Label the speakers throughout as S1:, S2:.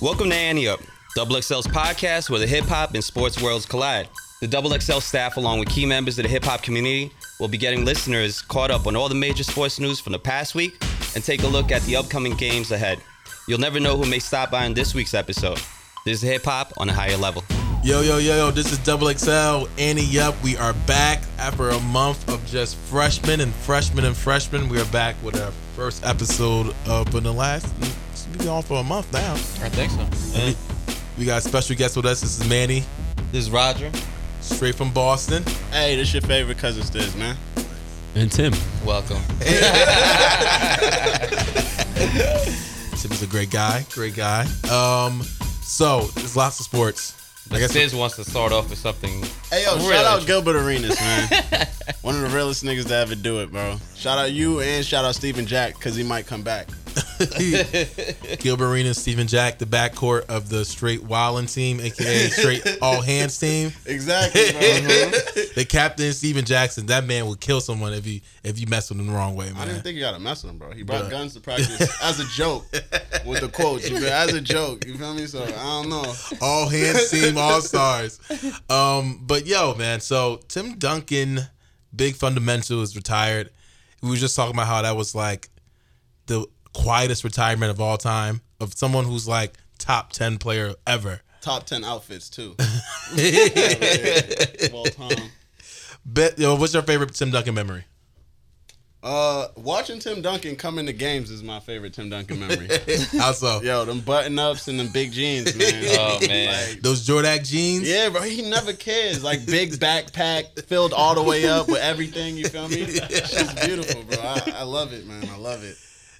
S1: Welcome to Annie Up, Double XL's podcast where the hip hop and sports worlds collide. The Double XL staff, along with key members of the hip hop community, will be getting listeners caught up on all the major sports news from the past week and take a look at the upcoming games ahead. You'll never know who may stop by in this week's episode. This is hip hop on a higher level.
S2: Yo, yo, yo, yo, this is Double XL, Annie Up. We are back after a month of just freshmen and freshmen and freshmen. We are back with our first episode of in the last, it's been on for a month now.
S3: I think so.
S2: And we got a special guest with us. This is Manny,
S1: This is Roger.
S2: straight from Boston.
S4: Hey, this your favorite cousin Stiz, man.
S5: And Tim.
S1: Welcome.
S2: Tim is a great guy, great guy. Um, So, there's lots of sports. I
S1: I
S2: guess
S1: Sis wants to start off with something.
S4: Hey yo,
S1: Really?
S4: shout out Gilbert Arenas, man. One of the realest niggas to ever do it, bro. Shout out you and shout out Steven Jack, cause he might come back.
S2: Gilbert Arena, Stephen Jack, the backcourt of the straight Wildin team, aka straight all hands team.
S4: Exactly, bro. Mm-hmm.
S2: the captain Steven Jackson, that man will kill someone if you if you mess with him the wrong way, man.
S4: I didn't think you gotta mess with him, bro. He brought
S2: Bruh.
S4: guns to practice as a joke with the quotes. You feel- as a joke, you feel me? So I don't know.
S2: all hands team, all stars. Um, but yo, man, so Tim Duncan, big fundamental, is retired. We were just talking about how that was like the quietest retirement of all time of someone who's like top ten player ever.
S4: Top ten outfits too. Well, Tom.
S2: Bet, yo, what's your favorite Tim Duncan memory?
S4: Uh, watching Tim Duncan come into games is my favorite Tim Duncan memory.
S2: Also,
S4: Yo, them button ups and them big jeans, man.
S1: Oh, man.
S4: Like,
S2: those Jordak jeans.
S4: Yeah, bro, he never cares. Like big backpack filled all the way up with everything. You feel me? It's just beautiful, bro. I, I love it, man. I love it.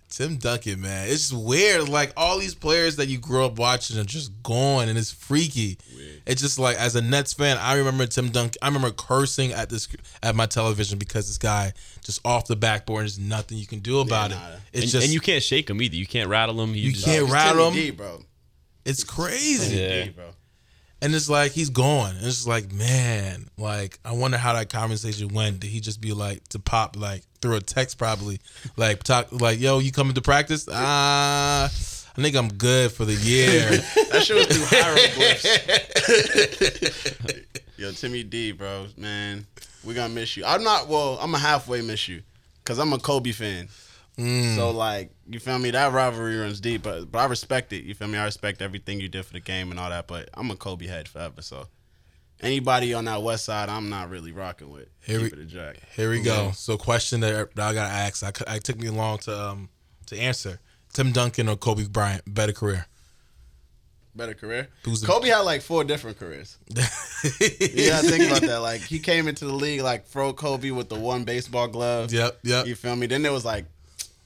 S2: Tim Duncan, man. It's just weird. Like all these players that you grew up watching are just gone and it's freaky. It's just like as a Nets fan, I remember Tim Duncan I remember cursing at this at my television because this guy just off the backboard and there's nothing you can do about
S4: nah.
S2: it. It's
S5: And,
S2: just
S5: and you
S2: you,
S5: can't shake him either. You can't rattle him. You, just,
S2: can't rattle
S4: Timmy
S2: him.
S4: D, bro.
S2: It's crazy.
S1: Yeah.
S4: D, bro.
S2: And it's like he's gone. And it's like, man, like I wonder how that conversation went. Did he just be like to pop like through a text probably? Like talk like, yo, you coming to practice? Ah I think I'm good for the year.
S4: That shit was through hieroglyphs. Yo, Timmy D, bro, man, we gonna miss you. I'm not. Well, I'm a halfway miss you, cause I'm a Kobe fan.
S2: Mm.
S4: So like, you feel me? That rivalry runs deep, but but I respect it. You feel me? I respect everything you did for the game and all that. But I'm a Kobe head forever. So anybody on that West Side, I'm not really rocking with.
S2: Here we-
S4: Keep it a jack.
S2: Here we go. So, question that that I gotta ask. I, cou- I took me long to um to answer. Tim Duncan or Kobe Bryant, better career.
S4: Better career.
S2: Who's the-
S4: Kobe had like four different careers. You gotta think about that. Like he came into the league like fro Kobe with the one baseball glove.
S2: Yep, yep.
S4: You feel me? Then there was like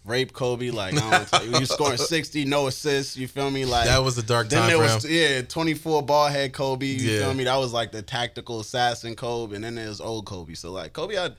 S4: rape Kobe. Like I don't tell you, you scoring sixty, no assists. You feel me? Like
S2: That was a dark
S4: Then
S2: time
S4: there
S2: for
S4: was
S2: him.
S4: yeah, twenty four ball head Kobe. You
S2: Yeah.
S4: feel me? That was like the tactical assassin Kobe, and then there's old Kobe. So like Kobe had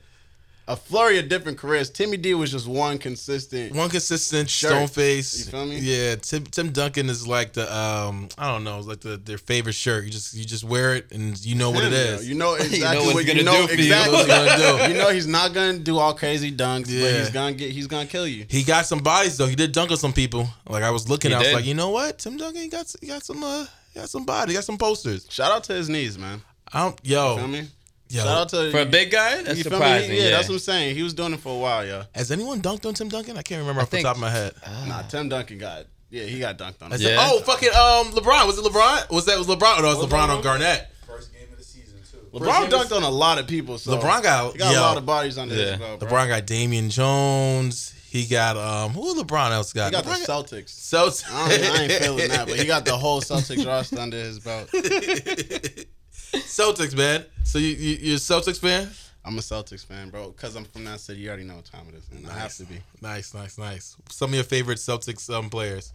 S4: a flurry of different careers. Timmy D was just one consistent.
S2: One consistent
S4: Sure.
S2: stone face.
S4: You feel me?
S2: Yeah, Tim, Tim Duncan is like the um I don't know, like the their favorite shirt. You just you just wear it and you know what it
S4: Him,
S2: is.
S4: You know exactly
S1: what's
S4: what you
S1: gonna
S4: know
S1: do for you.
S2: You know what
S4: exactly.
S2: you're gonna do.
S4: You know he's not gonna do all crazy dunks, but
S2: Yeah.
S4: he's gonna get he's gonna kill you.
S2: He got some bodies though. He did dunk on some people. Like I was looking,
S1: He
S2: I was
S1: did.
S2: like, you know what? Tim Duncan he got s- he got some uh he got some body, he got some posters.
S4: Shout out to his knees, man.
S2: I don't yo,
S4: Feel me?
S2: Oh, yo.
S4: Shout out to
S1: For a big guy, that's
S4: you feel me?
S1: surprising.
S4: Yeah, that's what I'm saying. He was doing it for a while, yo.
S2: Has anyone dunked on Tim Duncan? I can't remember off
S1: think-
S2: the top of my head.
S4: Nah, Tim Duncan got yeah, he got dunked on.
S2: I
S4: Yeah.
S2: said,
S1: Yeah.
S2: oh, fucking um, LeBron. Was it LeBron? Was that was LeBron? Or no, it was
S4: Was
S2: LeBron,
S4: LeBron?
S2: on Garnett.
S4: LeBron dunked on a lot of people. So
S2: LeBron got-
S4: he got
S2: yo.
S4: a lot of bodies under
S1: Yeah.
S4: his belt. Bro.
S2: LeBron got Damian Jones. He got um, who LeBron else got?
S4: he got the
S2: LeBron
S4: Celtics.
S2: Celtics.
S4: I, don't, I ain't feeling that, but he got the whole Celtics roster under his belt.
S2: Celtics, man. So you, you you're a Celtics fan?
S4: I'm a Celtics fan, bro, because I'm from that city. You already know what time it is, and I have to be.
S2: Nice, nice, nice. Some of your favorite Celtics um players.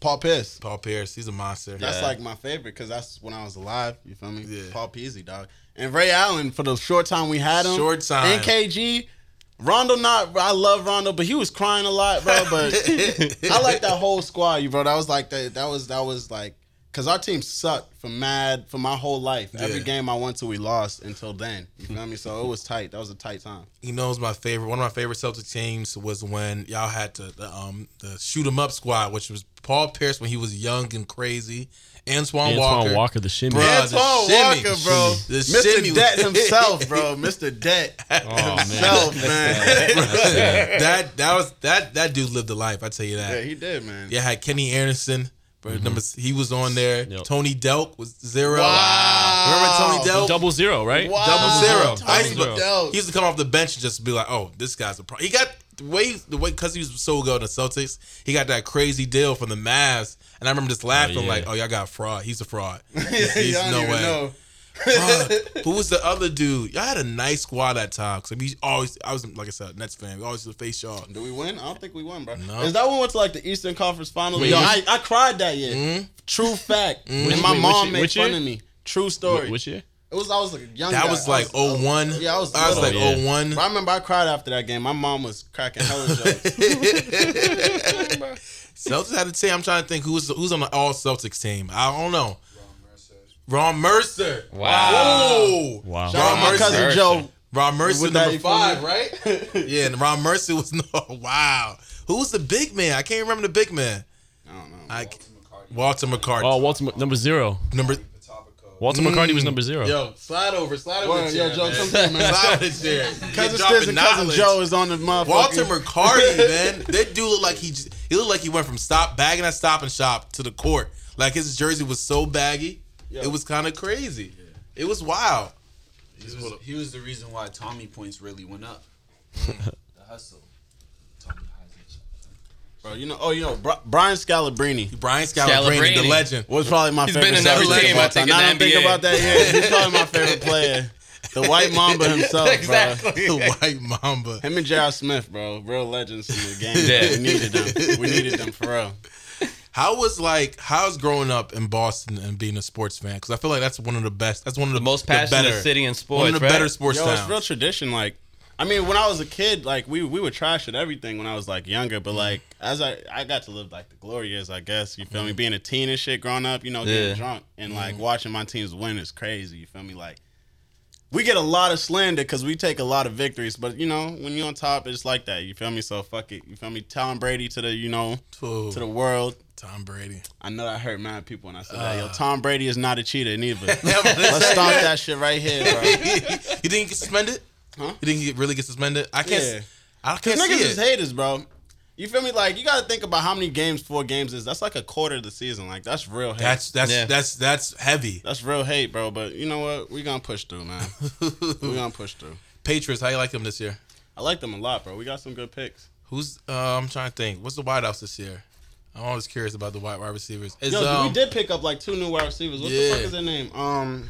S4: Paul Pierce.
S2: Paul Pierce, he's a monster.
S4: That's like my favorite because that's when I was alive. You feel me?
S2: Yeah.
S4: Paul Peasy, dog. And Ray Allen for the short time we had him.
S2: Short time.
S4: And KG. Rondo not I love Rondo, but he was crying a lot, bro. But I like that whole squad, you bro. That was like that that was that was like because our team sucked for mad for my whole life. Every
S2: Yeah.
S4: game I went to, we lost until then. You feel me? So it was tight. That was a tight time.
S2: He knows my favorite. One of my favorite Celtic teams was when y'all had to the, um the shoot 'em up squad, which was Paul Pierce when he was young and crazy, Antoine,
S5: Antoine Walker,
S2: Walker.
S5: the shimmy.
S2: Bruh.
S4: Antoine
S2: Oh, the shimmy.
S4: Walker, bro.
S2: The
S4: Mr.
S2: shimmy was-
S4: Debt himself, bro. Mr. Debt
S5: Oh man.
S4: himself, man.
S2: that that was that that dude lived a life. I tell you that.
S4: yeah, he did, man.
S2: Yeah, had Kenny Anderson. bro, Number he was on there.
S5: Mm-hmm. Yep.
S2: Tony Delk was zero.
S4: Wow.
S2: Remember Tony Delk?
S5: Double zero, right?
S4: Wow.
S2: Double zero.
S4: Tony
S2: I used to,
S4: Delk.
S2: he used to come off the bench and just be like, "Oh, this guy's a pro." He got the way the way because he was so good in the Celtics. He got that crazy deal from the Mavs, and I remember just laughing
S5: yeah.
S2: like, "Oh, y'all got fraud. He's a fraud.
S4: Y'all
S2: He's
S4: don't
S2: no
S4: even
S2: way."
S4: know.
S2: Fuck. Who was the other dude? Y'all had a nice squad that time. Cause we always, I was like I said, Nets fan. We always used to face y'all.
S4: Do we win? I don't think we won, bro.
S2: No.
S4: Is that when we went to like the Eastern Conference Finals?
S5: Wait,
S4: Yo,
S5: which-
S4: I, I cried that year.
S2: Mm-hmm.
S4: True fact.
S5: Which-
S4: And my
S5: wait,
S4: mom
S5: which-
S4: made
S5: which
S4: fun
S5: year?
S4: of me. True story.
S5: Which year?
S4: it was I was like a young.
S2: That
S4: guy.
S2: was like oh.
S4: I was- I was-
S2: 01.
S4: Yeah, I was.
S2: I was
S4: little.
S2: like
S5: yeah.
S2: 01.
S4: But I remember I cried after that game. My mom was cracking hella jokes.
S2: Celtics had a team. I'm trying to think who's who's on the All Celtics team. I don't know. Ron Mercer.
S1: Wow.
S2: Whoa.
S5: Wow.
S4: Shout out
S2: Ron
S4: my
S2: Mercer.
S4: cousin
S1: Mercer.
S4: Joe.
S2: Ron Mercer
S4: With that,
S2: number
S4: you feel
S2: five,
S4: me?
S2: right? yeah, and Ron Mercer was no. Wow. Who's the big man? I can't remember the big man.
S4: I don't know.
S2: I, Walter McCarty.
S5: Oh, Walter Mc- number zero.
S2: number.
S5: Walter
S4: Mm.
S5: McCarty was number zero.
S2: Yo, slide over, slide over.
S4: Word,
S2: the
S4: yo,
S2: chair,
S4: Joe,
S2: man.
S4: come here, man.
S2: Slide over the chair.
S4: Cousin
S2: You're dropping
S4: Stiz and cousin
S2: knowledge.
S4: Joe is on the motherfucker.
S2: Walter McCarty, man, that dude looked like he j- he looked like he went from stop bagging at Stop and Shop to the court. Like his jersey was so baggy, it was kind of crazy. It was wild.
S3: He was, he was the reason why Tommy points really went up. the hustle. Tommy Heisman.
S4: Bro, you know. Oh, you know. Bri- Brian Scalabrine.
S2: Brian Scalabrine, the
S1: Scalabrine.
S2: legend.
S4: was probably my
S1: He's
S4: favorite.
S1: been in every
S4: player
S1: team,
S4: of all
S1: I think,
S4: time.
S1: in
S4: Now
S1: the
S4: that I
S1: NBA.
S4: think about that. Yeah, he's probably my favorite player. The White Mamba himself, bro.
S1: Exactly.
S2: The White Mamba.
S4: Him and J.R. Smith, bro, real legends in the game.
S1: Yeah.
S4: We needed them. We needed them for real.
S2: How was like how's growing up in Boston and being a sports fan? Because I feel like that's one of the best. That's one of the,
S1: Most
S2: the
S1: passionate
S2: better-
S1: city in sports,
S2: One of the
S1: right?
S2: better sports
S4: Yo, it's
S2: towns.
S4: real tradition. Like, I mean, when I was a kid, like we we were trash at everything when I was like younger. But like as I I got to live like the glory years, I guess you feel me. Being a teen and shit, growing up, you know, getting
S1: Yeah.
S4: drunk and like watching my teams win is crazy. You feel me? Like. We get a lot of slander because we take a lot of victories, but you know when you're on top, it's like that. You feel me? So fuck it. You feel me? Tom Brady to the you know
S2: Ooh,
S4: to the world.
S2: Tom Brady.
S4: I know that hurt mad people when I said that. Yo, Tom Brady is not a cheater neither. Let's stomp that shit right here, bro.
S2: you didn't get suspended?
S4: Huh?
S2: You didn't get, really get suspended? I can't.
S4: Yeah.
S2: I can't see
S4: Niggas
S2: it.
S4: is haters, bro. You feel me? Like you gotta think about how many games four games is. That's like a quarter of the season. Like that's real hate.
S2: That's
S4: That's,
S2: that's
S1: Yeah.
S2: that's that's heavy.
S4: real hate, bro. But you know what? We gonna push through, man. we gonna push through.
S2: Patriots, how you like them this year?
S4: I like them a lot, bro. We got some good picks.
S2: Who's uh, I'm trying to think. What's the wideouts this year? I'm always curious about the wide wide receivers. It's,
S4: Yo,
S2: um,
S4: we did pick up like two new wide receivers. What
S2: yeah.
S4: the fuck is their name? Um,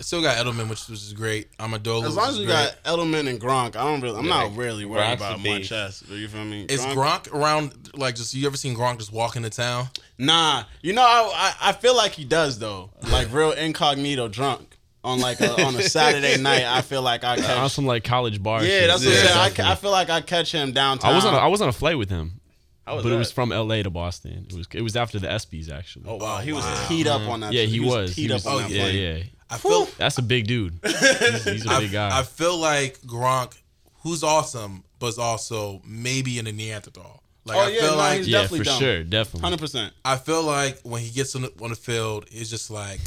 S2: still got Edelman, which, which is great. Amendola.
S4: as long
S2: which
S4: as
S2: is
S4: we
S2: great.
S4: got Edelman and Gronk, I don't really, I'm not really worried
S1: Gronk's
S4: about
S1: the
S4: much
S1: beast.
S4: else. You feel me?
S2: is Gronk around like just you ever seen Gronk just walk into town?
S4: Nah, you know I, I I feel like he does though, like real incognito drunk on like a, on a Saturday night. I feel like I
S5: On
S4: catch.
S5: some like college bar.
S4: Yeah,
S5: shit.
S4: that's what
S2: Yeah.
S4: I'm saying. I ca- I, feel like I catch him downtown.
S5: I was on. A, I was on a flight with him,
S4: How
S5: but
S4: was
S5: it
S4: that?
S5: was from L.A. to Boston. It was. It was after the ESPYS actually.
S4: Oh wow, he was
S2: Wow.
S4: teed up on that.
S5: yeah,
S4: shit.
S5: he, was.
S4: teed
S5: He was
S4: up on that
S5: yeah,
S4: play.
S5: yeah.
S2: I feel
S5: That's a big dude. He's, he's a big
S2: I, I
S5: guy.
S2: feel like Gronk, who's awesome, but is also maybe in a Neanderthal. Like
S4: Oh,
S2: I
S4: yeah,
S2: feel
S4: nah,
S2: like
S4: he's-
S5: Yeah,
S4: definitely
S5: for
S4: dumb.
S5: sure, definitely.
S4: Hundred percent.
S2: I feel like when he gets on the, on the field, it's just like,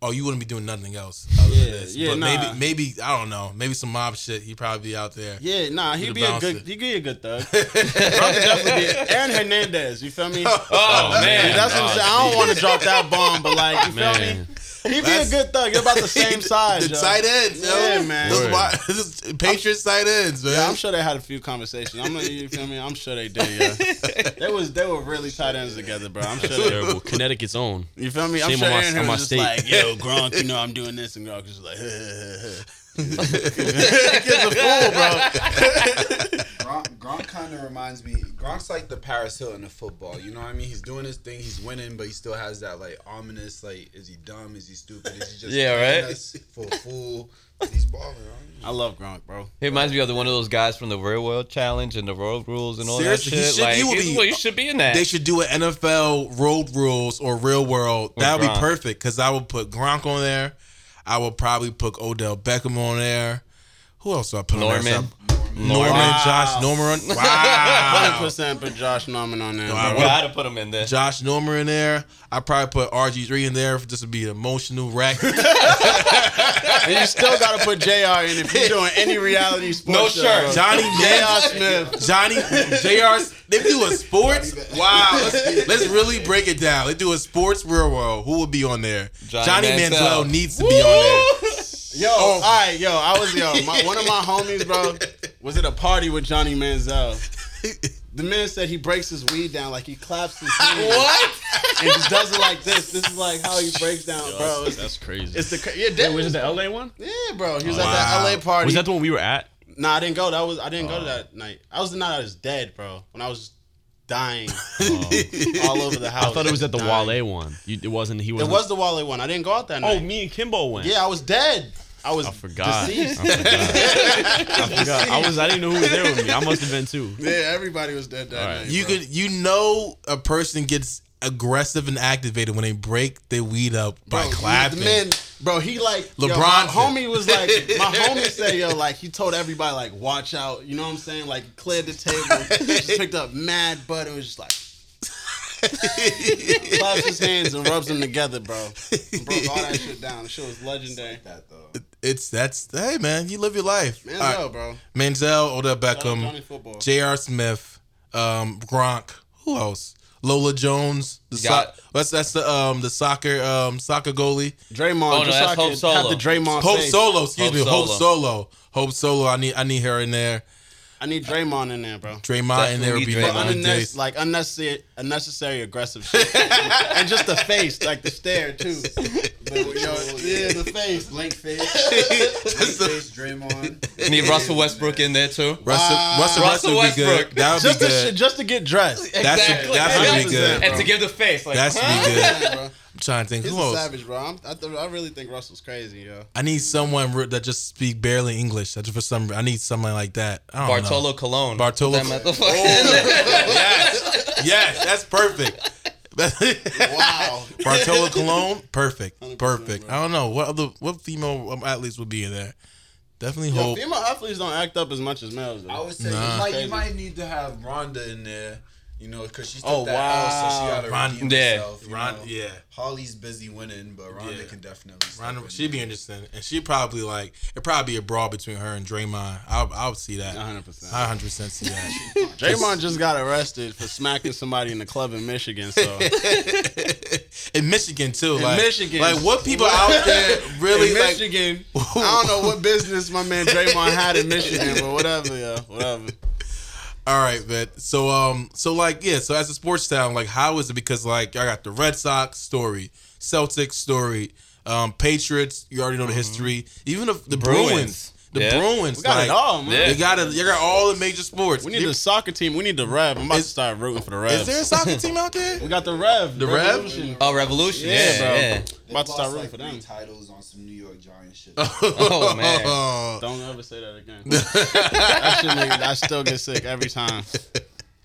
S2: oh, you wouldn't be doing nothing else. Other
S4: Yeah,
S2: than this.
S4: yeah,
S2: but
S4: nah.
S2: maybe, maybe I don't know. Maybe some mob shit. He probably be out there.
S4: Yeah, nah, he'd
S2: the
S4: be a
S2: bouncer.
S4: good, he'd be a good thug. Gronk would definitely be. Aaron Hernandez, you feel me?
S1: Oh, man.
S4: that's what I'm saying. I don't want to drop that bomb, but like, you feel me?
S5: Man.
S4: He'd be a
S2: That's-
S4: good thug. They're about the same size.
S2: the
S4: yo.
S2: tight ends, yo.
S4: Yeah, man.
S2: This is
S5: Word.
S2: why, this is Patriots tight ends, man.
S4: Yeah, I'm sure they had a few conversations. I'm, you feel me? I'm sure they did. Yeah, they was they were really tight ends together, bro. I'm sure. They,
S5: Terrible. Connecticut own.
S4: you feel me? I'm
S5: Shame
S4: sure
S5: on my-
S4: Aaron
S5: on
S4: Hernandez
S5: my
S4: was just
S5: state.
S4: like, "Yo, Gronk, you know I'm doing this," and Gronk was like, "Kid's a fool, bro."
S3: Gronk, Gronk kind of reminds me. Gronk's like the Paris Hilton of football. You know what I mean? He's doing his thing. He's winning, but he still has that like ominous. Like, is he dumb? Is he stupid? Is he just
S1: Yeah,
S3: playing
S1: right?
S3: us for a fool? He's balling. I
S4: I love Gronk, bro.
S1: He reminds me of the, one of those guys from the Real World Challenge and the Road Rules and all that
S2: Seriously, he
S1: shit.
S2: should-
S1: like,
S2: he would
S1: he's-
S2: be-
S1: well, you should be in that.
S2: They should do an NFL road rules or real world.
S1: With
S2: That would
S1: Gronk.
S2: be perfect because I would put Gronk on there. I would probably put Odell Beckham on there. Who else do I put on there?
S1: Norman.
S2: Norman, Josh Norman. Wow.
S4: 100% put Josh Norman on there.
S2: Wow.
S4: bro.
S1: Well, I'd have put him in there.
S2: Josh Norman in there. I probably put RG3 in there. This would be an emotional wreck.
S4: And you still gotta put JR in if you're doing any reality sports.
S1: No
S4: show,
S1: shirt.
S4: bro.
S2: Johnny
S4: J.R.
S2: Manziel.
S4: Smith.
S2: Johnny Jr. They do a sports. Wow, let's, let's really break it down. They do a sports real world. Who would be on there?
S1: Johnny
S2: Johnny,
S1: Manziel.
S2: Manziel. needs to be on there.
S4: Yo, all right, yo, I was yo. My, one of my homies, bro, was at a party with Johnny Manziel. The man said he breaks his weed down like he claps his hand
S1: What?
S4: and just does it like this. This is like how he breaks down, bro.
S5: that's,
S4: It's,
S5: that's crazy.
S4: it's the cra- yeah, that
S5: Wait, was it
S4: was,
S5: the LA one?
S4: yeah, bro. He was
S2: Wow.
S4: at that LA party.
S5: Was that the one we were at?
S4: nah, I didn't go. That was I didn't
S5: Oh.
S4: go to that night. I was the night I was dead, bro. When I was dying all over the house.
S5: Oh. I thought it was at the
S4: dying.
S5: Wale one. You, it wasn't. He
S4: It
S5: wasn't.
S4: was the Wale one. I didn't go out that night.
S5: Oh, me and Kimbo went.
S4: Yeah, I was dead. I was
S5: I forgot.
S4: deceased.
S5: I forgot. I forgot. I was. I didn't know who was there with me. I must have been too.
S4: yeah, everybody was dead that
S5: All right.
S4: night.
S2: You
S4: bro.
S2: could you know a person gets aggressive and activated when they break their weed up by
S4: Bro,
S2: clapping.
S4: The man, bro, he like LeBron.
S2: LeBron
S4: my homie was like, my homie said, yo, like he told everybody like, watch out. You know what I'm saying? Like cleared the table, just picked up mad butt and was just like. claps his hands and rubs them together, bro. And broke all that shit down. The shit was legendary.
S3: that though.
S2: It's that's hey man, you live your life.
S4: Man,
S2: All right.
S4: no, bro.
S2: Manziel, Odell
S4: Johnny
S2: Beckham,
S1: Oh,
S4: football.
S2: J.R. Smith, um, Gronk. Who else? Lola Jones. The so-
S1: Got-
S2: that's that's the um the soccer um soccer goalie.
S4: Draymond.
S1: Oh, no,
S4: just
S1: that's
S4: so I
S1: Hope
S4: could
S1: Solo.
S4: Have the Draymond.
S2: Hope
S4: face.
S2: Solo, excuse
S1: Hope
S2: me, Hope
S1: Solo.
S2: Solo. Hope Solo. I need I need her in there.
S4: I need Draymond in there, bro.
S2: Draymond in there would be
S1: Definitely Draymond.
S2: my good
S4: Unnecessary,
S2: days.
S4: like unnecessary, unnecessary aggressive shit, and just the face, like the stare too. But, yo, yeah, the face.
S3: Blank face. Blank face. Draymond.
S1: I need Russell Westbrook in there too.
S2: Russell,
S1: Russell
S2: Russell, Westbrook would be
S1: Westbrook.
S2: good. That would
S4: Just
S2: be
S4: to,
S2: good.
S4: sh- just to get dressed.
S2: That should-
S1: exactly.
S2: that should be
S4: good,
S1: And
S4: bro.
S1: to give the face, like
S2: That should
S1: huh?
S2: be good.
S4: Yeah, bro.
S2: I'm trying to think.
S4: He's
S2: Who
S4: a
S2: else?
S4: savage, bro. I'm, I, th- I really think Russell's crazy, yo.
S2: I need someone re- that just speak barely English. That just for some, I need someone like that. I don't
S1: Bartolo
S2: Know.
S1: Colon.
S2: Bartolo. Oh.
S1: That motherfucker.
S2: yes, yes, that's perfect.
S4: Wow.
S2: Bartolo Cologne, perfect,
S4: 100%,
S2: perfect.
S4: bro.
S2: I don't know what other what female um, athletes would be in there. Definitely
S4: Yo,
S2: hope.
S4: female athletes don't act up as much as males.
S3: I
S4: Though.
S3: would say
S2: Nah.
S3: like you might need to have Rhonda in there, you know, because she took
S4: Oh,
S3: that L, so she
S4: wow.
S3: got to
S2: Ron-
S3: redeem
S1: Yeah.
S3: herself. You
S2: Ron-
S3: know?
S2: yeah.
S3: Holly's busy winning, but Rhonda
S2: Yeah.
S3: can definitely. step
S2: Ronda-
S3: in
S2: she'd be
S3: there.
S2: interesting, and she'd probably like it'd probably be a brawl between her and Draymond. I would- I would see that.
S4: 100%.
S2: I hundred percent see that.
S4: Draymond just got arrested for smacking somebody in the club in Michigan. So
S2: in Michigan too,
S4: In
S2: like
S4: Michigan.
S2: like what people out there really
S4: in
S2: like.
S4: Michigan, I don't know what business my man Draymond had in Michigan, but whatever, yo, whatever.
S2: All right, man. So um, so like yeah, so as a sports town, like how is it? Because like I got the Red Sox story, Celtics story, um, Patriots. You already know the history. Even the, the Bruins.
S1: Bruins.
S2: the
S1: Yeah.
S2: Bruins.
S4: Mm-hmm. We got
S2: like,
S4: it all, man.
S2: You got it. You got all the major sports.
S4: We need the soccer team. We need the Rev. I'm about
S2: Is-
S4: to start rooting for the Rev.
S2: is there a soccer team out there?
S4: We got the Rev.
S2: The Rev?
S4: Revolution.
S1: oh, Revolution. Yeah,
S4: Yeah, bro.
S1: yeah.
S3: They
S4: About to start
S3: lost,
S4: rooting
S3: like,
S4: for
S3: three
S4: them.
S3: Titles on some New York Giants shit.
S1: Oh, man.
S4: Don't ever say that again. that shit make, I still get sick every time.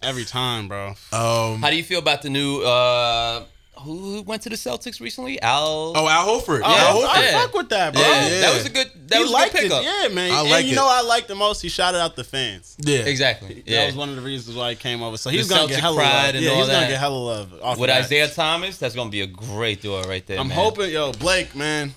S4: Every time, bro.
S2: um.
S1: How do you feel about the new? uh Who who went to the Celtics recently? Al.
S2: Oh, Al Horford. Al
S4: Oh,
S2: Horford.
S4: I
S1: yeah.
S4: fuck with that, bro.
S1: yeah,
S2: yeah.
S1: that was a good. That
S4: He
S1: was a
S4: liked
S1: good pickup.
S4: it. Yeah, man.
S2: I like
S4: and you
S2: it.
S4: know what I like the most? He shouted out the fans.
S2: Yeah.
S1: Exactly. Yeah.
S4: That was one of the reasons why he came over. So he's
S1: The
S4: gonna get
S1: Celtic
S4: hella
S1: pride
S4: love.
S1: and
S4: yeah,
S1: all
S4: he's
S1: that.
S4: gonna get hella love. off
S1: With
S4: that.
S1: Isaiah Thomas, that's gonna be a great duo right there.
S4: I'm
S1: man.
S4: hoping, yo, Blake, man.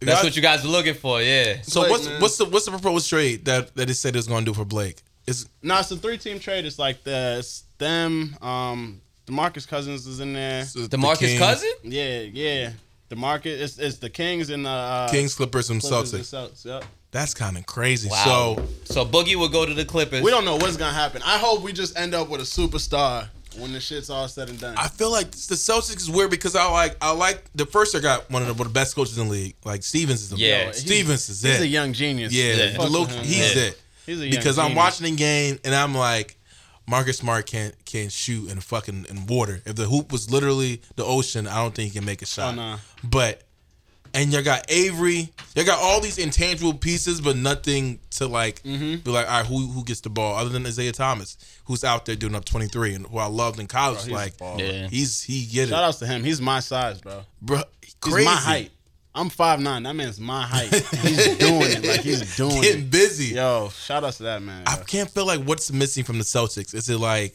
S1: that's
S2: Y'all-
S1: what you guys are looking for. Yeah.
S2: So
S4: Blake,
S2: what's
S4: man.
S2: what's the what's the proposed trade that that they said it was going to do for Blake? Is
S4: No, it's a three team trade. It's like the it's them. Um, Demarcus Cousins is in there.
S1: Demarcus
S2: Kings-
S1: Cousin.
S4: Yeah, yeah. Demarcus, it's it's the Kings and the uh,
S2: Kings, Clippers, and
S4: Clippers and
S2: Celtics.
S4: Celtics. Yep.
S2: That's kind of crazy.
S1: Wow.
S2: So
S1: So, Boogie will go to the Clippers.
S4: We don't know what's gonna happen. I hope we just end up with a superstar when the shit's all said and done.
S2: I feel like the Celtics is weird because I like I like the first I got one of the, one of the best coaches in the league. Like Stevens is the
S1: Yeah.
S2: Stevens is
S4: He's a
S2: it.
S4: young genius.
S2: Yeah,
S1: Yeah.
S2: the low-
S4: Fuck with him,
S2: he's
S1: yeah.
S2: it.
S4: He's a young
S2: because I'm
S4: genius.
S2: watching the game and I'm like, Marcus Smart can't can't shoot in fucking in water. If the hoop was literally the ocean, I don't think he can make a shot.
S4: Oh, nah.
S2: But and you got Avery, you got all these intangible pieces, but nothing to like
S4: Mm-hmm.
S2: be like, all right, who who gets the ball other than Isaiah Thomas, who's out there doing up 23 and who I loved in college.
S4: he's a
S2: like
S1: Yeah.
S2: he's he get it,
S4: Shout outs to him. He's my size, bro.
S2: bro.
S4: He's
S2: Crazy.
S4: my height. I'm 5'9". That man's my height. He's doing it. Like he's doing
S2: Getting
S4: it.
S2: busy.
S4: Yo, shout outs to that man.
S2: I can't feel like what's missing from the Celtics. Is it like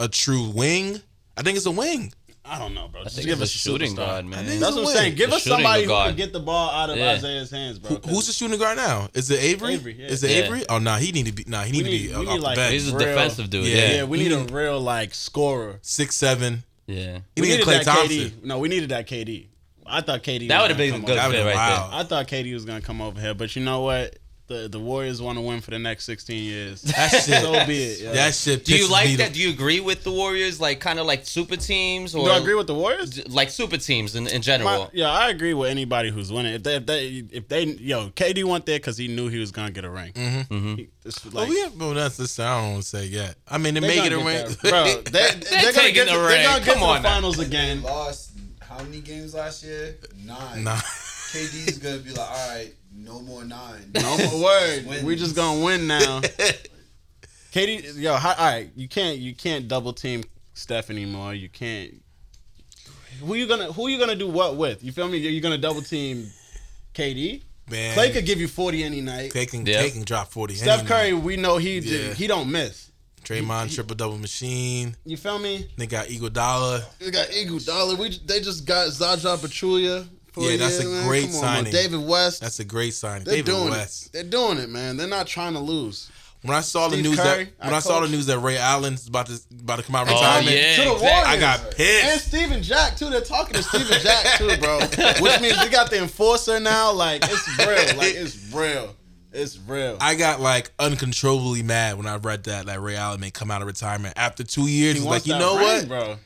S2: a true wing? I think it's a wing.
S4: I don't know, bro. Just
S1: think
S4: give
S1: it's
S4: us
S1: a shooting
S4: superstar.
S1: guard, man.
S2: think
S4: That's
S2: He's
S4: what
S2: a
S4: I'm saying.
S2: wing.
S4: Give
S1: A
S4: us
S1: shooting
S4: somebody who
S1: guard.
S4: can get the ball out of
S1: Yeah.
S4: Isaiah's hands, bro.
S2: Who- Who's the shooting guard now? Is it Avery?
S4: Avery, yeah.
S2: Is it
S1: Yeah.
S2: Avery? Oh no, he need to be. No, he need,
S4: need-
S2: to
S4: we
S2: be
S4: need,
S2: off
S4: like,
S2: the bench.
S1: He's a
S4: Real.
S1: defensive dude.
S2: Yeah.
S1: Yeah.
S4: Yeah, we need a
S2: Mm.
S4: real like scorer.
S2: Six seven.
S1: Yeah.
S2: He
S4: We
S2: need
S4: needed
S2: Clay
S4: that
S2: Thompson.
S4: KD. No, we needed that KD. I thought KD.
S1: That
S4: was
S1: would have
S4: gonna
S1: been a
S4: come
S1: good
S2: That
S4: over.
S2: would've
S1: fit
S2: been
S1: right
S2: wild.
S1: there.
S4: I thought KD was gonna come over here, but you know what? The the Warriors want to win for the next 16 years.
S2: That shit.
S4: so be it. yo.
S2: That shit.
S1: Do you
S2: pisses
S1: like
S2: me
S1: that?
S2: the-
S1: Do you agree with the Warriors? Like kind of like super teams or
S4: Do I agree with the Warriors?
S1: like super teams in, in
S4: My-
S1: general?
S4: yeah, I agree with anybody who's winning. If they, if they, if they, yo, KD went there because he knew he was gonna get a ring.
S1: Mm-hmm.
S4: He- it's like-
S2: Mm-hmm. Well, we have, well, that's the I don't want to say yet. I mean, they,
S4: they
S2: make it a
S4: gonna
S2: ring.
S4: get that- bro. They, are gonna
S1: taking
S4: get
S1: the
S4: to- They're
S1: ring.
S4: gonna get
S1: Come
S4: to
S1: on
S4: the
S1: now.
S4: finals
S3: They
S4: again.
S3: lost how many games last year? Nine.
S2: nah,
S3: KD's gonna be like, all right, no more nine.
S4: No more
S3: Wins.
S4: word. We just gonna win now. Katie, yo, hi, all right, you can't you can't double team Steph anymore. You can't. Who you gonna who you gonna do what with? You feel me? You're gonna double team KD.
S2: man.
S4: Clay could give you 40 any night.
S2: They can,
S1: Yeah.
S2: they can drop forty.
S4: Steph
S2: any
S4: Curry,
S2: night.
S4: we know he
S2: Yeah.
S4: he don't miss.
S2: Draymond, triple double machine.
S4: You feel me?
S2: They got Iguodala.
S4: They got Iguodala. We they just got Zaza Pachulia. For
S2: Yeah, that's a
S4: man.
S2: great
S4: Come on,
S2: signing.
S4: David West.
S2: That's a great sign.
S4: they're
S2: David
S4: doing
S2: West.
S4: it. They're doing it, man. They're not trying to lose.
S2: When I saw the
S4: Steve
S2: news
S4: Curry,
S2: that when
S4: our
S2: I saw the
S4: coach.
S2: news that Ray Allen's about to about to come out of
S1: Oh,
S2: retirement,
S1: yeah,
S4: to the
S1: exactly.
S4: Warriors.
S2: I got
S4: And
S2: pissed.
S4: Steven Jack too. They're talking to Steven Jack too, bro. Which means we got the enforcer now. Like it's real. Like it's real. It's real.
S2: I got like uncontrollably mad when I read that that Ray Allen may come out of retirement after two years. It's like
S4: wants
S2: you
S4: that
S2: know
S4: ring,
S2: what?
S4: bro?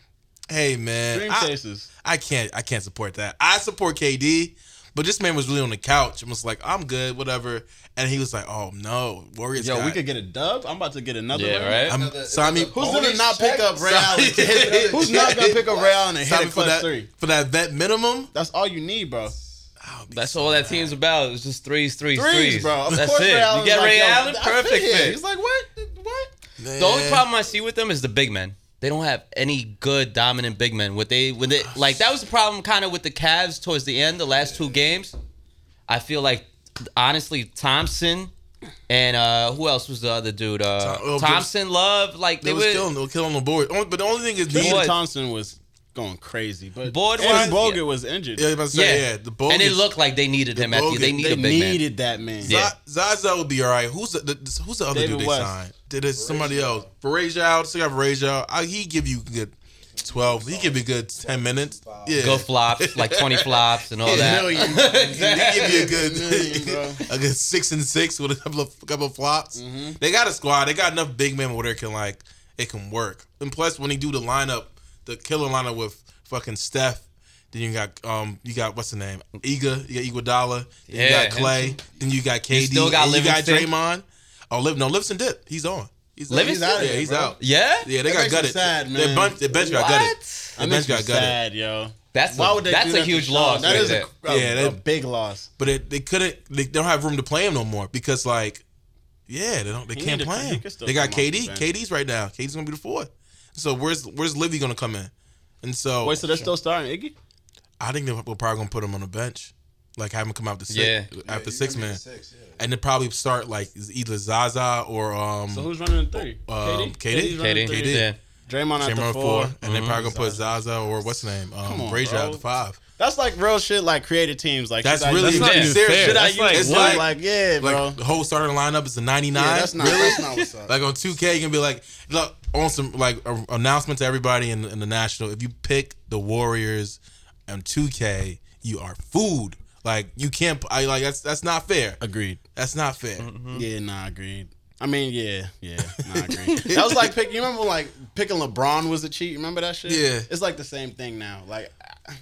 S2: Hey
S4: Dream
S2: man, I,
S4: chasers.
S2: I can't I can't support that. I support KD, but this man was really on the couch and was like, I'm good, whatever. And he was like, Oh no, Warriors.
S4: Yo,
S2: got
S4: we
S2: it."
S4: could get a dub. I'm about to get another.
S1: Yeah,
S4: ring.
S1: right?
S2: I'm,
S3: Another-
S2: Sami,
S3: another-
S4: Who's gonna
S3: Bonus
S4: not pick
S3: check?
S4: up Ray Allen?
S2: Sorry.
S4: Who's not gonna pick up Ray Allen and hit
S2: Sami
S4: a
S2: for
S4: clutch
S2: that
S4: three?
S2: for that vet minimum.
S4: That's all you need, bro.
S2: I'll be
S1: That's all that team's about. It's just threes, threes, threes.
S4: Threes, bro. Of
S1: That's
S4: course
S1: it.
S4: Ray
S1: you
S4: Allen's
S1: get
S4: like,
S1: Ray
S4: yo,
S1: Allen,
S4: I fit
S1: perfect
S4: here.
S1: fit.
S4: He's like, what? What?
S2: mad.
S1: The only problem I see with them is the big men. They don't have any good dominant big men. What they when they like that was the problem kind of with the Cavs towards the end, the last two games. I feel like honestly Thompson and uh who else was the other dude? Uh
S2: Tom- oh,
S1: Thompson, Love, like
S2: They
S1: they
S2: was
S1: were
S2: killing, they were killing the board. Only- But the only thing is,
S1: Boy.
S4: Keaton Thompson was going crazy, but
S1: Board wise,
S4: Aaron Bogut
S1: yeah.
S4: was injured.
S2: yeah, I was about to
S1: yeah.
S2: say, yeah, the board.
S1: and it looked like they needed him at the
S2: Bogut-
S1: they need
S4: they
S1: a big man.
S4: needed that man.
S1: Yeah.
S2: Zaza would be all right. Who's the, the who's the other
S4: David
S2: dude they
S4: West.
S2: signed? Did it somebody else? Barasia out. Still got Barasia out. I, he give you good twelve. He give you good ten minutes. Yeah,
S1: Go flops, like twenty flops and all that.
S4: Million.
S2: he give you a
S4: Million,
S2: good
S4: bro. Mm-hmm.
S2: a good six and six with a couple of couple of flops. They got a squad. They got enough big men where they can like it can work. And plus, when they do the lineup, the killer lineup with fucking Steph. Then you got um you got what's the name Iga you got Iguodala then
S1: Yeah,
S2: you got Clay then you got KD
S1: still got
S2: and you got
S1: Livingston.
S2: Draymond oh Liv no Livingston did he's on he's
S1: Livingston?
S2: out
S4: He's out of
S2: yeah
S1: Yeah?
S2: he's out yeah they
S4: there, bro. That
S2: got
S4: makes me
S2: gutted
S4: sad,
S2: their
S4: man.
S2: bunch their bench got gutted
S1: What?
S4: I
S2: their bench
S4: makes me
S2: got gutted
S4: sad, yo.
S1: That's a, that's
S4: do
S1: a
S4: that to
S1: huge
S4: Sean?
S1: loss.
S4: That
S1: right
S4: is a,
S1: there.
S4: a-
S2: Yeah, that-
S4: a big loss.
S2: but it, they couldn't. They don't have room to play him no more because like, yeah, they don't. They
S4: He
S2: can't
S4: need to-
S2: play
S4: he
S2: him.
S4: could still
S2: They got
S4: come off the
S2: KD.
S4: bench.
S2: KD's right now. KD's gonna be the four. So where's where's Livy gonna come in? And so,
S4: Wait, so they're still starting Iggy?
S2: I think they're probably gonna put him on the bench, like have him come out the six
S1: Yeah.
S2: after six man,
S3: Six, yeah.
S2: and they probably start like either Zaza or um
S4: So who's running the three?
S2: um,
S4: KD?
S2: KD?
S4: KD's running
S1: KD,
S4: the three.
S2: KD.
S1: yeah.
S4: Draymond at
S2: Cameron
S4: the
S2: at
S4: 4
S2: four, and they're
S4: Mhm.
S2: probably gonna put
S3: Mm-hmm.
S2: Zaza or what's the name um,
S4: Come on,
S2: Brazier
S4: bro.
S2: at the five.
S4: That's like real shit, like creative teams. Like
S2: That's
S4: shit I-
S2: really
S4: that's not
S1: fair.
S4: even
S1: Fair.
S4: Shit I
S2: That's
S4: use
S2: like-
S4: it's
S2: what?
S4: like, like yeah,
S2: Like
S4: bro.
S2: the whole starting lineup is the ninety nine.
S4: yeah, that's not that's not what's up.
S2: Like on 2K, you can be like, look, on some like a, announcement to everybody in, in the national. If you pick the Warriors on 2K, you are food. Like you can't. I like that's that's not fair.
S4: Agreed.
S2: That's not fair.
S4: Yeah, nah, agreed. I mean, yeah, yeah, nah, agreed. that was like picking. You remember like picking LeBron was a cheat. Remember that shit?
S2: Yeah.
S4: It's like the same thing now. Like, I-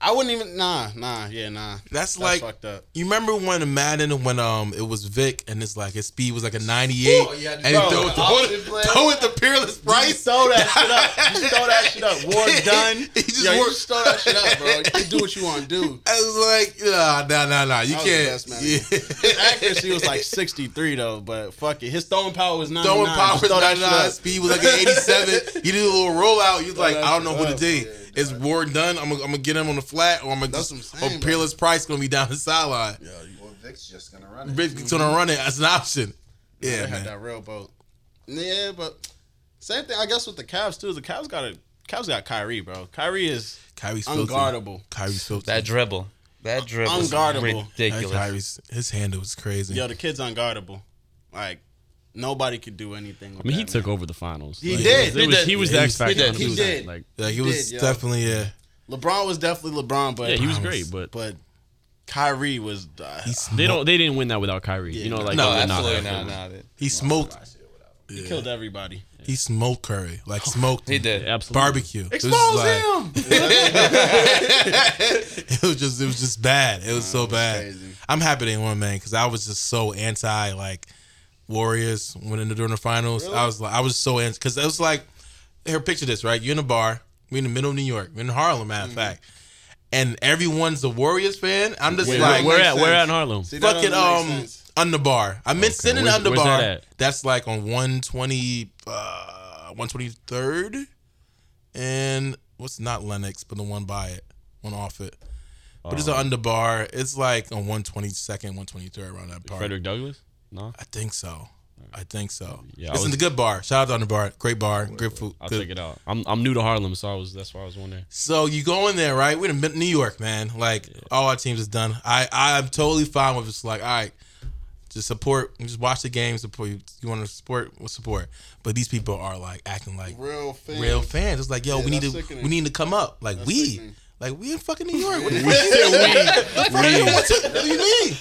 S4: I wouldn't even nah nah yeah nah.
S2: That's like-
S4: fucked up.
S2: You remember when Madden when um it was Vic and it's like his speed was like a 98
S3: Oh, yeah,
S2: and he
S3: bro,
S2: throw it
S4: I
S2: throw
S4: was
S2: it-
S4: in play.
S2: throw it to Peerless
S4: You
S2: Price.
S4: throw that shit up. You throw that shit up. War's done.
S2: He just
S4: Yo, you
S2: worked-
S4: just throw that shit up, bro. You do what you want to do.
S2: I was like, nah, nah, nah, nah. You
S4: That was
S2: can't.
S4: the best man.
S2: Yeah.
S4: His accuracy was like 63 though, but fuck it. His throwing power was 99.
S2: Throwing power
S4: Just throw that
S2: was
S4: shit
S2: 99.
S4: up.
S2: Speed was like an 87. He did a little rollout. He was like,
S4: that
S2: I don't know
S4: shit
S2: who
S4: up.
S2: today. Is Ward done? I'm gonna I'm gonna get him on the flat, or I'm gonna
S4: That's
S2: just,
S4: what I'm saying,
S2: or
S4: bro.
S2: Peerless Price gonna be down the sideline.
S3: Well, Vic's just gonna run it.
S2: Vic's gonna run it as an option. Yeah,
S4: Mm-hmm.
S2: man.
S4: they had that railboat. Yeah, but same thing. I guess with the Cavs too. The Cavs got a Cavs got Kyrie, bro. Kyrie is
S2: Kyrie's filthy.
S4: unguardable.
S2: Kyrie's filthy.
S1: That dribble. That dribble. is
S4: Unguardable.
S2: That
S1: Ridiculous.
S2: Kyrie's his handle was crazy.
S4: Yo, the kid's unguardable. Like nobody could do anything. With
S5: I mean, he
S4: that,
S5: took
S4: man.
S5: over the finals.
S4: He
S5: Like,
S4: did.
S5: It was,
S1: He
S5: he was
S2: did.
S5: the X
S2: He
S5: factor.
S4: did.
S5: on the
S4: He
S5: team.
S4: did.
S5: Like,
S2: like he
S4: He
S2: was
S4: did, yo.
S2: definitely yeah.
S4: LeBron was definitely LeBron, but
S5: yeah, he was great, but
S4: but Kyrie was. Uh,
S2: He
S5: they
S2: smoked,
S5: don't. They didn't win that without Kyrie. You know, like
S1: No,
S5: they would not
S1: absolutely
S5: have
S1: not.
S5: won.
S1: Nah, nah.
S2: he smoked
S4: he killed everybody.
S2: he smoked curry like smoked
S1: Oh, He did.
S5: Absolutely.
S2: barbecue. It was just
S4: Expose
S2: like-
S4: him.
S2: it was just it was just bad. It was so bad.
S4: crazy.
S2: I'm happy they won, man, because I was just so anti like Warriors winning during the finals. I was like I was so anti because it was like here picture this right. You're in a bar. We in the middle of New York. We're in Harlem, matter of fact. And everyone's a Warriors fan. I'm just
S4: Wait,
S2: like
S5: Where, where
S4: makes
S5: at? Where
S4: sense.
S5: at in Harlem?
S4: See, that
S2: fucking
S4: don't make
S2: um
S4: sense.
S2: under bar. I meant sending
S5: Where's-
S2: under
S5: where's
S2: bar.
S5: that at?
S2: That's like on 120 uh 123rd and what's not Lennox, but the one by it, one off it. But it's an
S5: Oh.
S2: under bar. It's like on 122nd, 123rd around that part.
S5: Frederick Douglass? No,
S2: I think so. I think so.
S5: Yeah, I
S2: it's in
S5: was-
S2: the good bar. Shout out to Under Bar. Great bar. Great food.
S5: I'll
S2: good
S5: check it out. I'm I'm new to Harlem, so I was that's why I was wondering.
S2: so you go in there, right? We're in New York, man. Like all our teams is done. I I'm totally fine with just like all right, just support. Just watch the game. Support. You, you want to support? We'll support. But these people are like acting like real,
S4: real fan.
S2: fans. It's like yo,
S4: Yeah,
S2: we need to
S4: that's sickening.
S2: we need to come up. Like we.
S4: sickening.
S2: Like we in fucking New York. What the fuck? What the fuck you want to- what do you mean?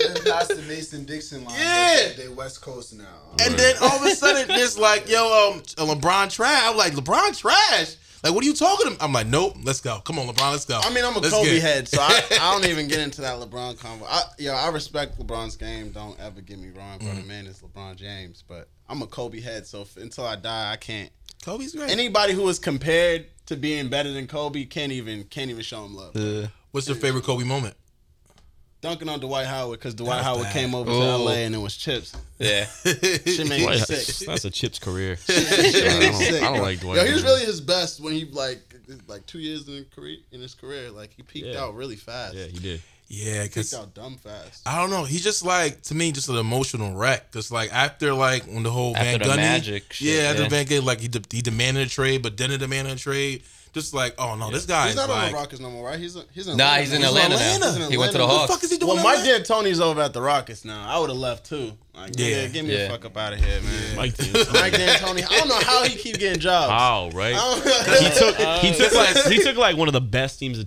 S3: Never been past the Mason Dixon line.
S2: Yeah.
S3: They, they West Coast now.
S2: And then all of a sudden, it's like, yo, um, LeBron trash. I'm like, LeBron trash. Like, what are you talking? about? I'm like, nope. Let's go. Come on, LeBron. Let's go.
S4: I mean, I'm a
S2: Let's
S4: Kobe
S2: get it.
S4: head, so I, I don't even get into that LeBron convo. I, yo, I respect LeBron's game. Don't ever get me wrong, but
S5: Mm-hmm.
S4: the man is LeBron James. But I'm a Kobe head, so if, until I die, I can't.
S2: Kobe's great.
S4: Anybody who is compared to being better than Kobe can't even can't even show him love.
S2: What's your favorite Kobe moment?
S4: Dunking on Dwight Howard because Dwight
S2: That's
S4: Howard
S2: bad.
S4: came over
S1: Ooh.
S4: to LA and it was chips.
S1: Yeah.
S4: Shit made me
S5: Oh. Dwight-
S4: sick.
S5: that's a Chip's career.
S4: Shit made me
S5: I don't-
S4: sick.
S5: I don't like Dwight,
S4: Yo, he was
S5: man.
S4: really his best when he like like two years in career in his career. Like he peaked
S5: Yeah.
S4: out really fast.
S5: yeah, he did.
S2: Yeah,
S4: peaked
S2: because
S4: out dumb fast.
S2: I don't know. He's just like to me, just an emotional wreck. Just like after like when the whole
S1: After
S2: Van
S1: the
S2: Gundy,
S1: Magic shit,
S2: yeah, after
S1: yeah.
S2: Van Gundy, like he, de- he demanded a trade, but didn't demand a trade. Just like, oh no, this guy
S4: He's
S2: is
S4: not on
S2: like,
S4: the Rockets no more, right? He's a, he's in
S1: Nah, he's in
S4: now.
S1: Atlanta,
S2: Atlanta.
S1: now.
S4: He's in
S1: He went to the
S4: Atlanta.
S2: what
S1: Hawks.
S2: the fuck is he doing?
S4: Well, Mike
S2: in there?
S4: D'Antoni's over at the Rockets now. I would have left too. Like,
S2: Yeah.
S4: yeah, get me
S1: Yeah.
S4: the fuck up out of here, man.
S5: Mike D'Antoni.
S4: Mike D'Antoni. I don't know how he keep getting jobs.
S5: Wow, right?
S4: I don't-
S5: He took he took like he took like one of the best teams of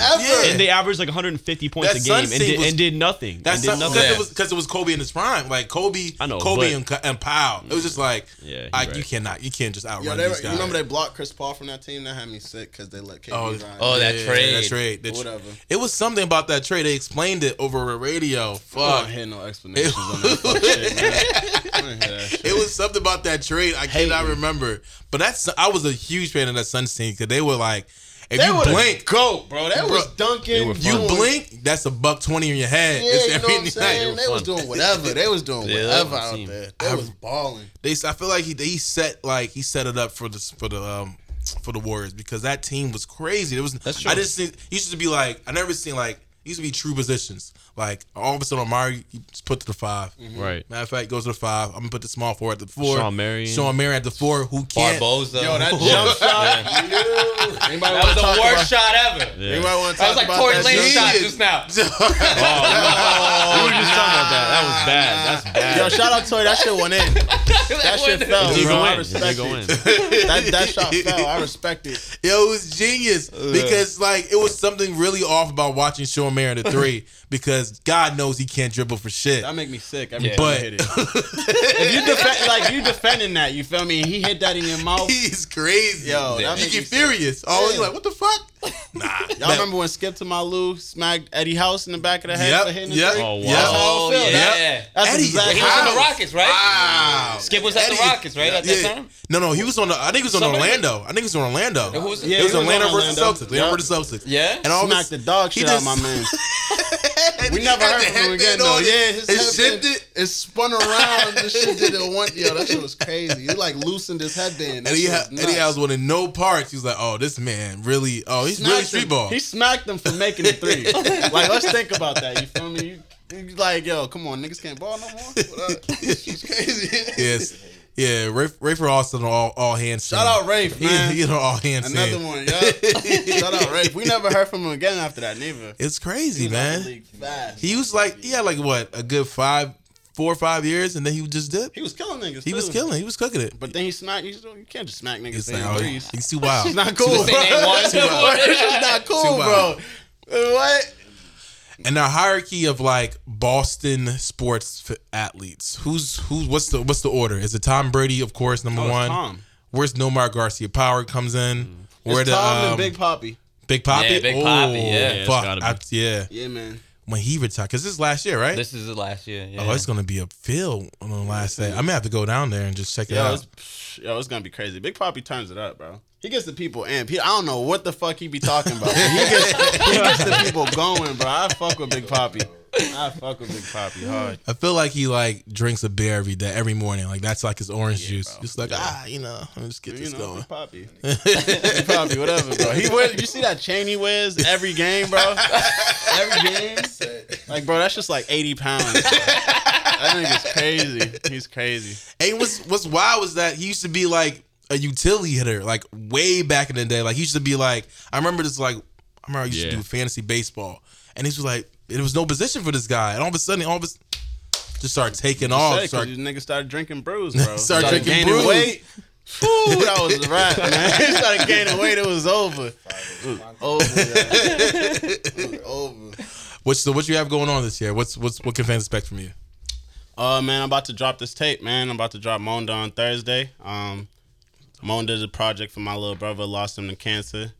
S4: Ever.
S5: and they averaged like 150 points
S2: That
S5: a
S2: Suns
S5: game, and
S2: team
S5: did,
S2: was-
S5: and did nothing. and
S2: That's
S5: did
S2: because
S5: nothing.
S1: Yeah.
S2: it was because it was Kobe in his prime, like Kobe,
S5: I know,
S2: Kobe
S5: but-
S2: and, Ka- and Powell. It was just like,
S5: Yeah, you're
S2: like, you
S5: right.
S2: cannot, you can't just
S4: Yo,
S2: outrun
S4: they,
S2: these
S4: you
S2: guys.
S4: remember they blocked Chris Paul from that team? That had me sick because they let KD
S2: Oh,
S4: ride.
S1: oh, that trade.
S2: that trade, that tr-
S4: Whatever.
S2: It was something about that trade. They explained it over a radio.
S4: I
S2: Fuck,
S4: don't hear no explanations on that fuck shit, man. I don't hear that shit.
S2: It was something about that trade I cannot remember. But that's I was a huge fan of that Suns team because they were like, if
S4: They
S2: you
S4: were the
S2: blink,
S4: goat, bro. That
S2: Bro,
S4: was Duncan.
S5: were
S2: you
S4: doing-
S2: blink, that's a buck twenty in your head.
S4: Yeah,
S2: It's
S4: you know
S2: every
S4: what I'm
S2: night.
S4: saying? They was doing whatever. They was doing
S1: Yeah, that
S4: whatever
S1: was a
S4: out
S1: team.
S4: there. They was balling.
S2: They, I feel like he they set like he set it up for the for the um for the Warriors because that team was crazy. It was
S1: That's true.
S2: I just seen, used to be like I never seen like it used to be true positions like all of a sudden Omari you just put to the 5
S4: Mm-hmm.
S5: right.
S2: Matter of fact, goes to the five. I'm gonna put the small four at the four.
S5: Sean Marion.
S2: Sean Marion at the four. Who can't?
S1: Barboza.
S4: Yo, that jump shot. Anybody
S1: That was
S4: wanna
S1: the
S4: talk about-
S1: worst shot ever.
S5: Yeah.
S4: Anybody want
S1: That
S4: to talk
S1: was like
S4: about
S1: Corey
S4: that?
S1: Lane's
S4: Jimmy?
S1: shot
S2: shit.
S1: just now.
S5: Oh, we were just talking about that. That was bad. That's bad.
S4: Yo, shout out to you. That shit went in. That shit
S1: went-
S4: fell.
S5: Did you
S4: bro.
S5: go
S4: I
S5: in? Did you
S4: respect
S5: go
S4: it. That, that shot fell. I respect it.
S2: Yo, it was genius because like it was something really off about watching Sean Marion at three because God knows he can't dribble for shit.
S4: That make me sick every
S1: Yeah.
S4: time I
S2: But-
S4: hit it. if you defend, like you defending that, you feel me? And he hit that in your mouth.
S2: He's crazy.
S4: Oh. Yo, that
S2: you
S4: make
S2: get
S4: me
S2: furious. Oh,
S4: Yeah.
S2: you're like, what the fuck? Nah,
S4: Y'all remember when Skip to my Lou smacked Eddie House in the back of the head
S2: Yep,
S4: for hitting the
S2: yep,
S4: three?
S5: Oh, wow.
S2: yep.
S4: That's how
S1: Oh,
S4: I feel.
S1: yeah.
S4: That-
S1: yeah.
S4: That's
S2: Eddie
S4: exactly
S1: He was on
S4: how
S1: the Rockets, right?
S2: Wow.
S1: Skip was at the
S2: Eddie-
S1: Rockets, right? At that
S2: Yeah.
S1: time?
S2: No, no, he was on the. I think he was on
S1: Somebody-
S2: Orlando. I think he was on Orlando.
S1: who was it?
S4: Yeah,
S2: it was,
S4: he was
S2: Orlando
S4: on
S2: versus
S4: Orlando.
S2: Celtics. Orlando
S4: Yeah.
S2: versus Celtics.
S1: Yeah?
S2: And all of a
S4: Smacked the dog
S2: he
S4: shit out
S2: just-
S4: of my man.
S2: sudden-
S4: We never
S2: He had
S4: heard
S2: the
S4: from him again
S2: headband
S4: though.
S2: on.
S4: Yeah, his
S2: It
S4: headband-
S2: shifted.
S4: It spun around. This shit did it one. Yo, that shit was crazy. He like loosened his headband. That
S2: Eddie,
S4: shit
S2: ha-
S4: was nuts.
S2: Eddie House wanted no parts. He was like, "Oh, this man really. Oh, he's really
S4: Smacked
S2: street
S4: him.
S2: ball."
S4: He smacked him for making the three. like, let's think about that. You feel me? You, you like, yo, come on, niggas can't ball no more. What up? It's crazy.
S2: yes, yeah. Rafe, Rafe Austin on all, all hands.
S4: Shout out Rafe,
S2: He,
S4: man.
S2: he on all hands.
S4: Another
S2: team.
S4: one, yeah. Shout out Rafe. We never heard from him again after that, neither.
S2: It's crazy,
S4: He's out the
S2: man.
S4: league fast.
S2: He was like, he had like what a good five, four or five years, and then he would just dip.
S4: He was killing niggas.
S2: He was
S4: too.
S2: killing. He was cooking it.
S4: But then he smacked. He's, you can't just smack niggas.
S2: It's
S4: in
S2: like,
S4: the
S2: oh,
S4: threes.
S2: he's too wild.
S4: It's not cool.
S1: Just say they won.
S4: It's just not cool,
S2: Too
S4: bro.
S2: wild.
S4: What?
S2: And the hierarchy of like Boston sports f- athletes. Who's who's what's the what's the order? Is it Tom Brady, of course, number
S4: Oh,
S2: one.
S4: it's Tom.
S2: Where's Nomar Garcia Power comes in? Where
S4: It's
S2: the
S4: Tom
S2: um,
S4: and Big Poppy.
S2: Big Poppy?
S1: Mm. Yeah, Big Poppy,
S2: Oh,
S1: yeah. Yeah,
S5: it's
S2: fuck,
S5: gotta be.
S2: I- yeah.
S4: Yeah, man.
S2: When he retired, because this is last year, right?
S1: This is the last year. Yeah.
S2: Oh, it's gonna be a field on the last day. I may have to go down there and just check it
S4: Yo,
S2: out.
S4: it's, yo, it's gonna be crazy. Big Poppy turns it up, bro. He gets the people amped. He, I don't know what the fuck he be talking about. He gets, he gets the people going, bro. I fuck with Big Poppy. I fuck with Big Poppy hard.
S2: I feel like he like drinks a beer every day, every morning. Like that's like his orange juice. Just like ah, you know, I'm just get
S4: You
S2: this
S4: know,
S2: going.
S4: Big Poppy. Big Poppy, whatever, bro. He wears, you see that chain he wears every game, bro? Every game. Like, bro, that's just like 80 pounds. bro. That nigga's crazy. He's crazy.
S2: And what's what's wild was that he used to be like a utility hitter, like way back in the day. Like he used to be like I remember this like I remember I used to
S5: Yeah.
S2: do fantasy baseball, and he was like there was no position for this guy, and all of a sudden, all of us just started taking off.
S4: Shit, 'cause
S2: start-
S4: these niggas started drinking brews, bro.
S2: Started drinking
S4: gaining
S2: brews.
S4: weight. Whew, that was a wrap, man. started gaining weight. It was over. Over. man. It was over.
S2: what's the what you have going on this year? What's what's what can fans expect from you?
S4: Uh, man, I'm about to drop this tape, man. I'm about to drop Monda on Thursday. Um, Monda is a project for my little brother, lost him to cancer.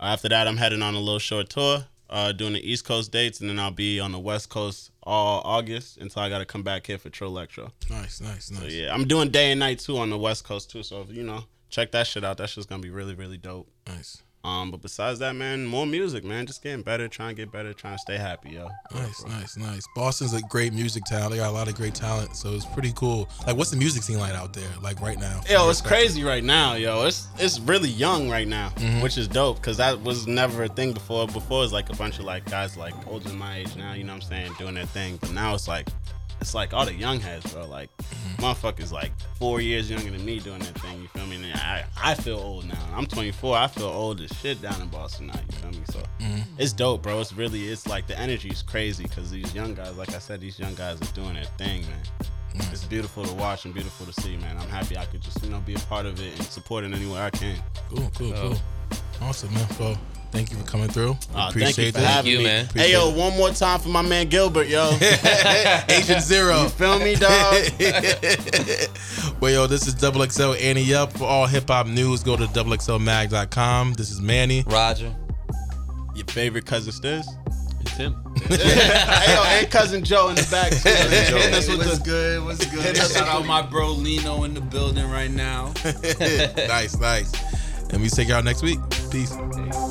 S4: Uh, after that, I'm heading on a little short tour, uh, doing the East Coast dates, and then I'll be on the West Coast all August until I got to come back here for True Electro.
S2: Nice, nice, nice.
S4: But yeah, I'm doing day and night too on the West Coast too. So you know, check that shit out. That shit's gonna be really, really dope.
S2: Nice,
S4: Um, but besides that, man, more music, man. Just getting better, trying to get better, trying to stay happy, yo.
S2: nice, nice, nice. Boston's a great music town. They got a lot of great talent, so it's pretty cool. Like, what's the music scene like out there? Like right now?
S4: Yo, it's crazy right now, yo. It's it's really young right now, which is dope because that was never a thing before. Before it's like a bunch of like guys like older than my age now, you know what I'm saying, doing their thing. But now it's like it's like all the young heads, bro. Like motherfuckers like four years younger than me doing their thing. You feel me? And I I feel old now. I'm 24. I feel old as shit down in Boston now. You feel me? So it's dope, bro. It's really it's like the energy is crazy because these young guys, like I said, these young guys are doing their thing, man it's beautiful to watch and beautiful to see, man. I'm happy I could just, you know, be a part of it and support it any way I can.
S2: Cool, cool, cool. Awesome, man. Well, thank you for coming through.
S4: Aw, Ah, thank you
S2: appreciate
S4: for
S2: that.
S4: having
S1: you,
S4: me.
S1: man.
S4: Hey, yo, one more time for my man Gilbert, yo.
S2: Agent Zero.
S4: Feel me, dog?
S2: well, yo, this is Double XL Annie Up. For all hip hop news, go to doublexlmag.com. This is Manny.
S1: Roger.
S4: Your favorite cousin Stiz?
S5: It's him.
S4: hey, yo, and cousin Joe in the back. too. Hitting us
S3: Hey,
S4: with
S3: what's
S4: the-
S3: good? What's good? Shout out my bro Lino in the building right now.
S2: nice, nice. And we take y'all next week. Peace.
S3: Peace.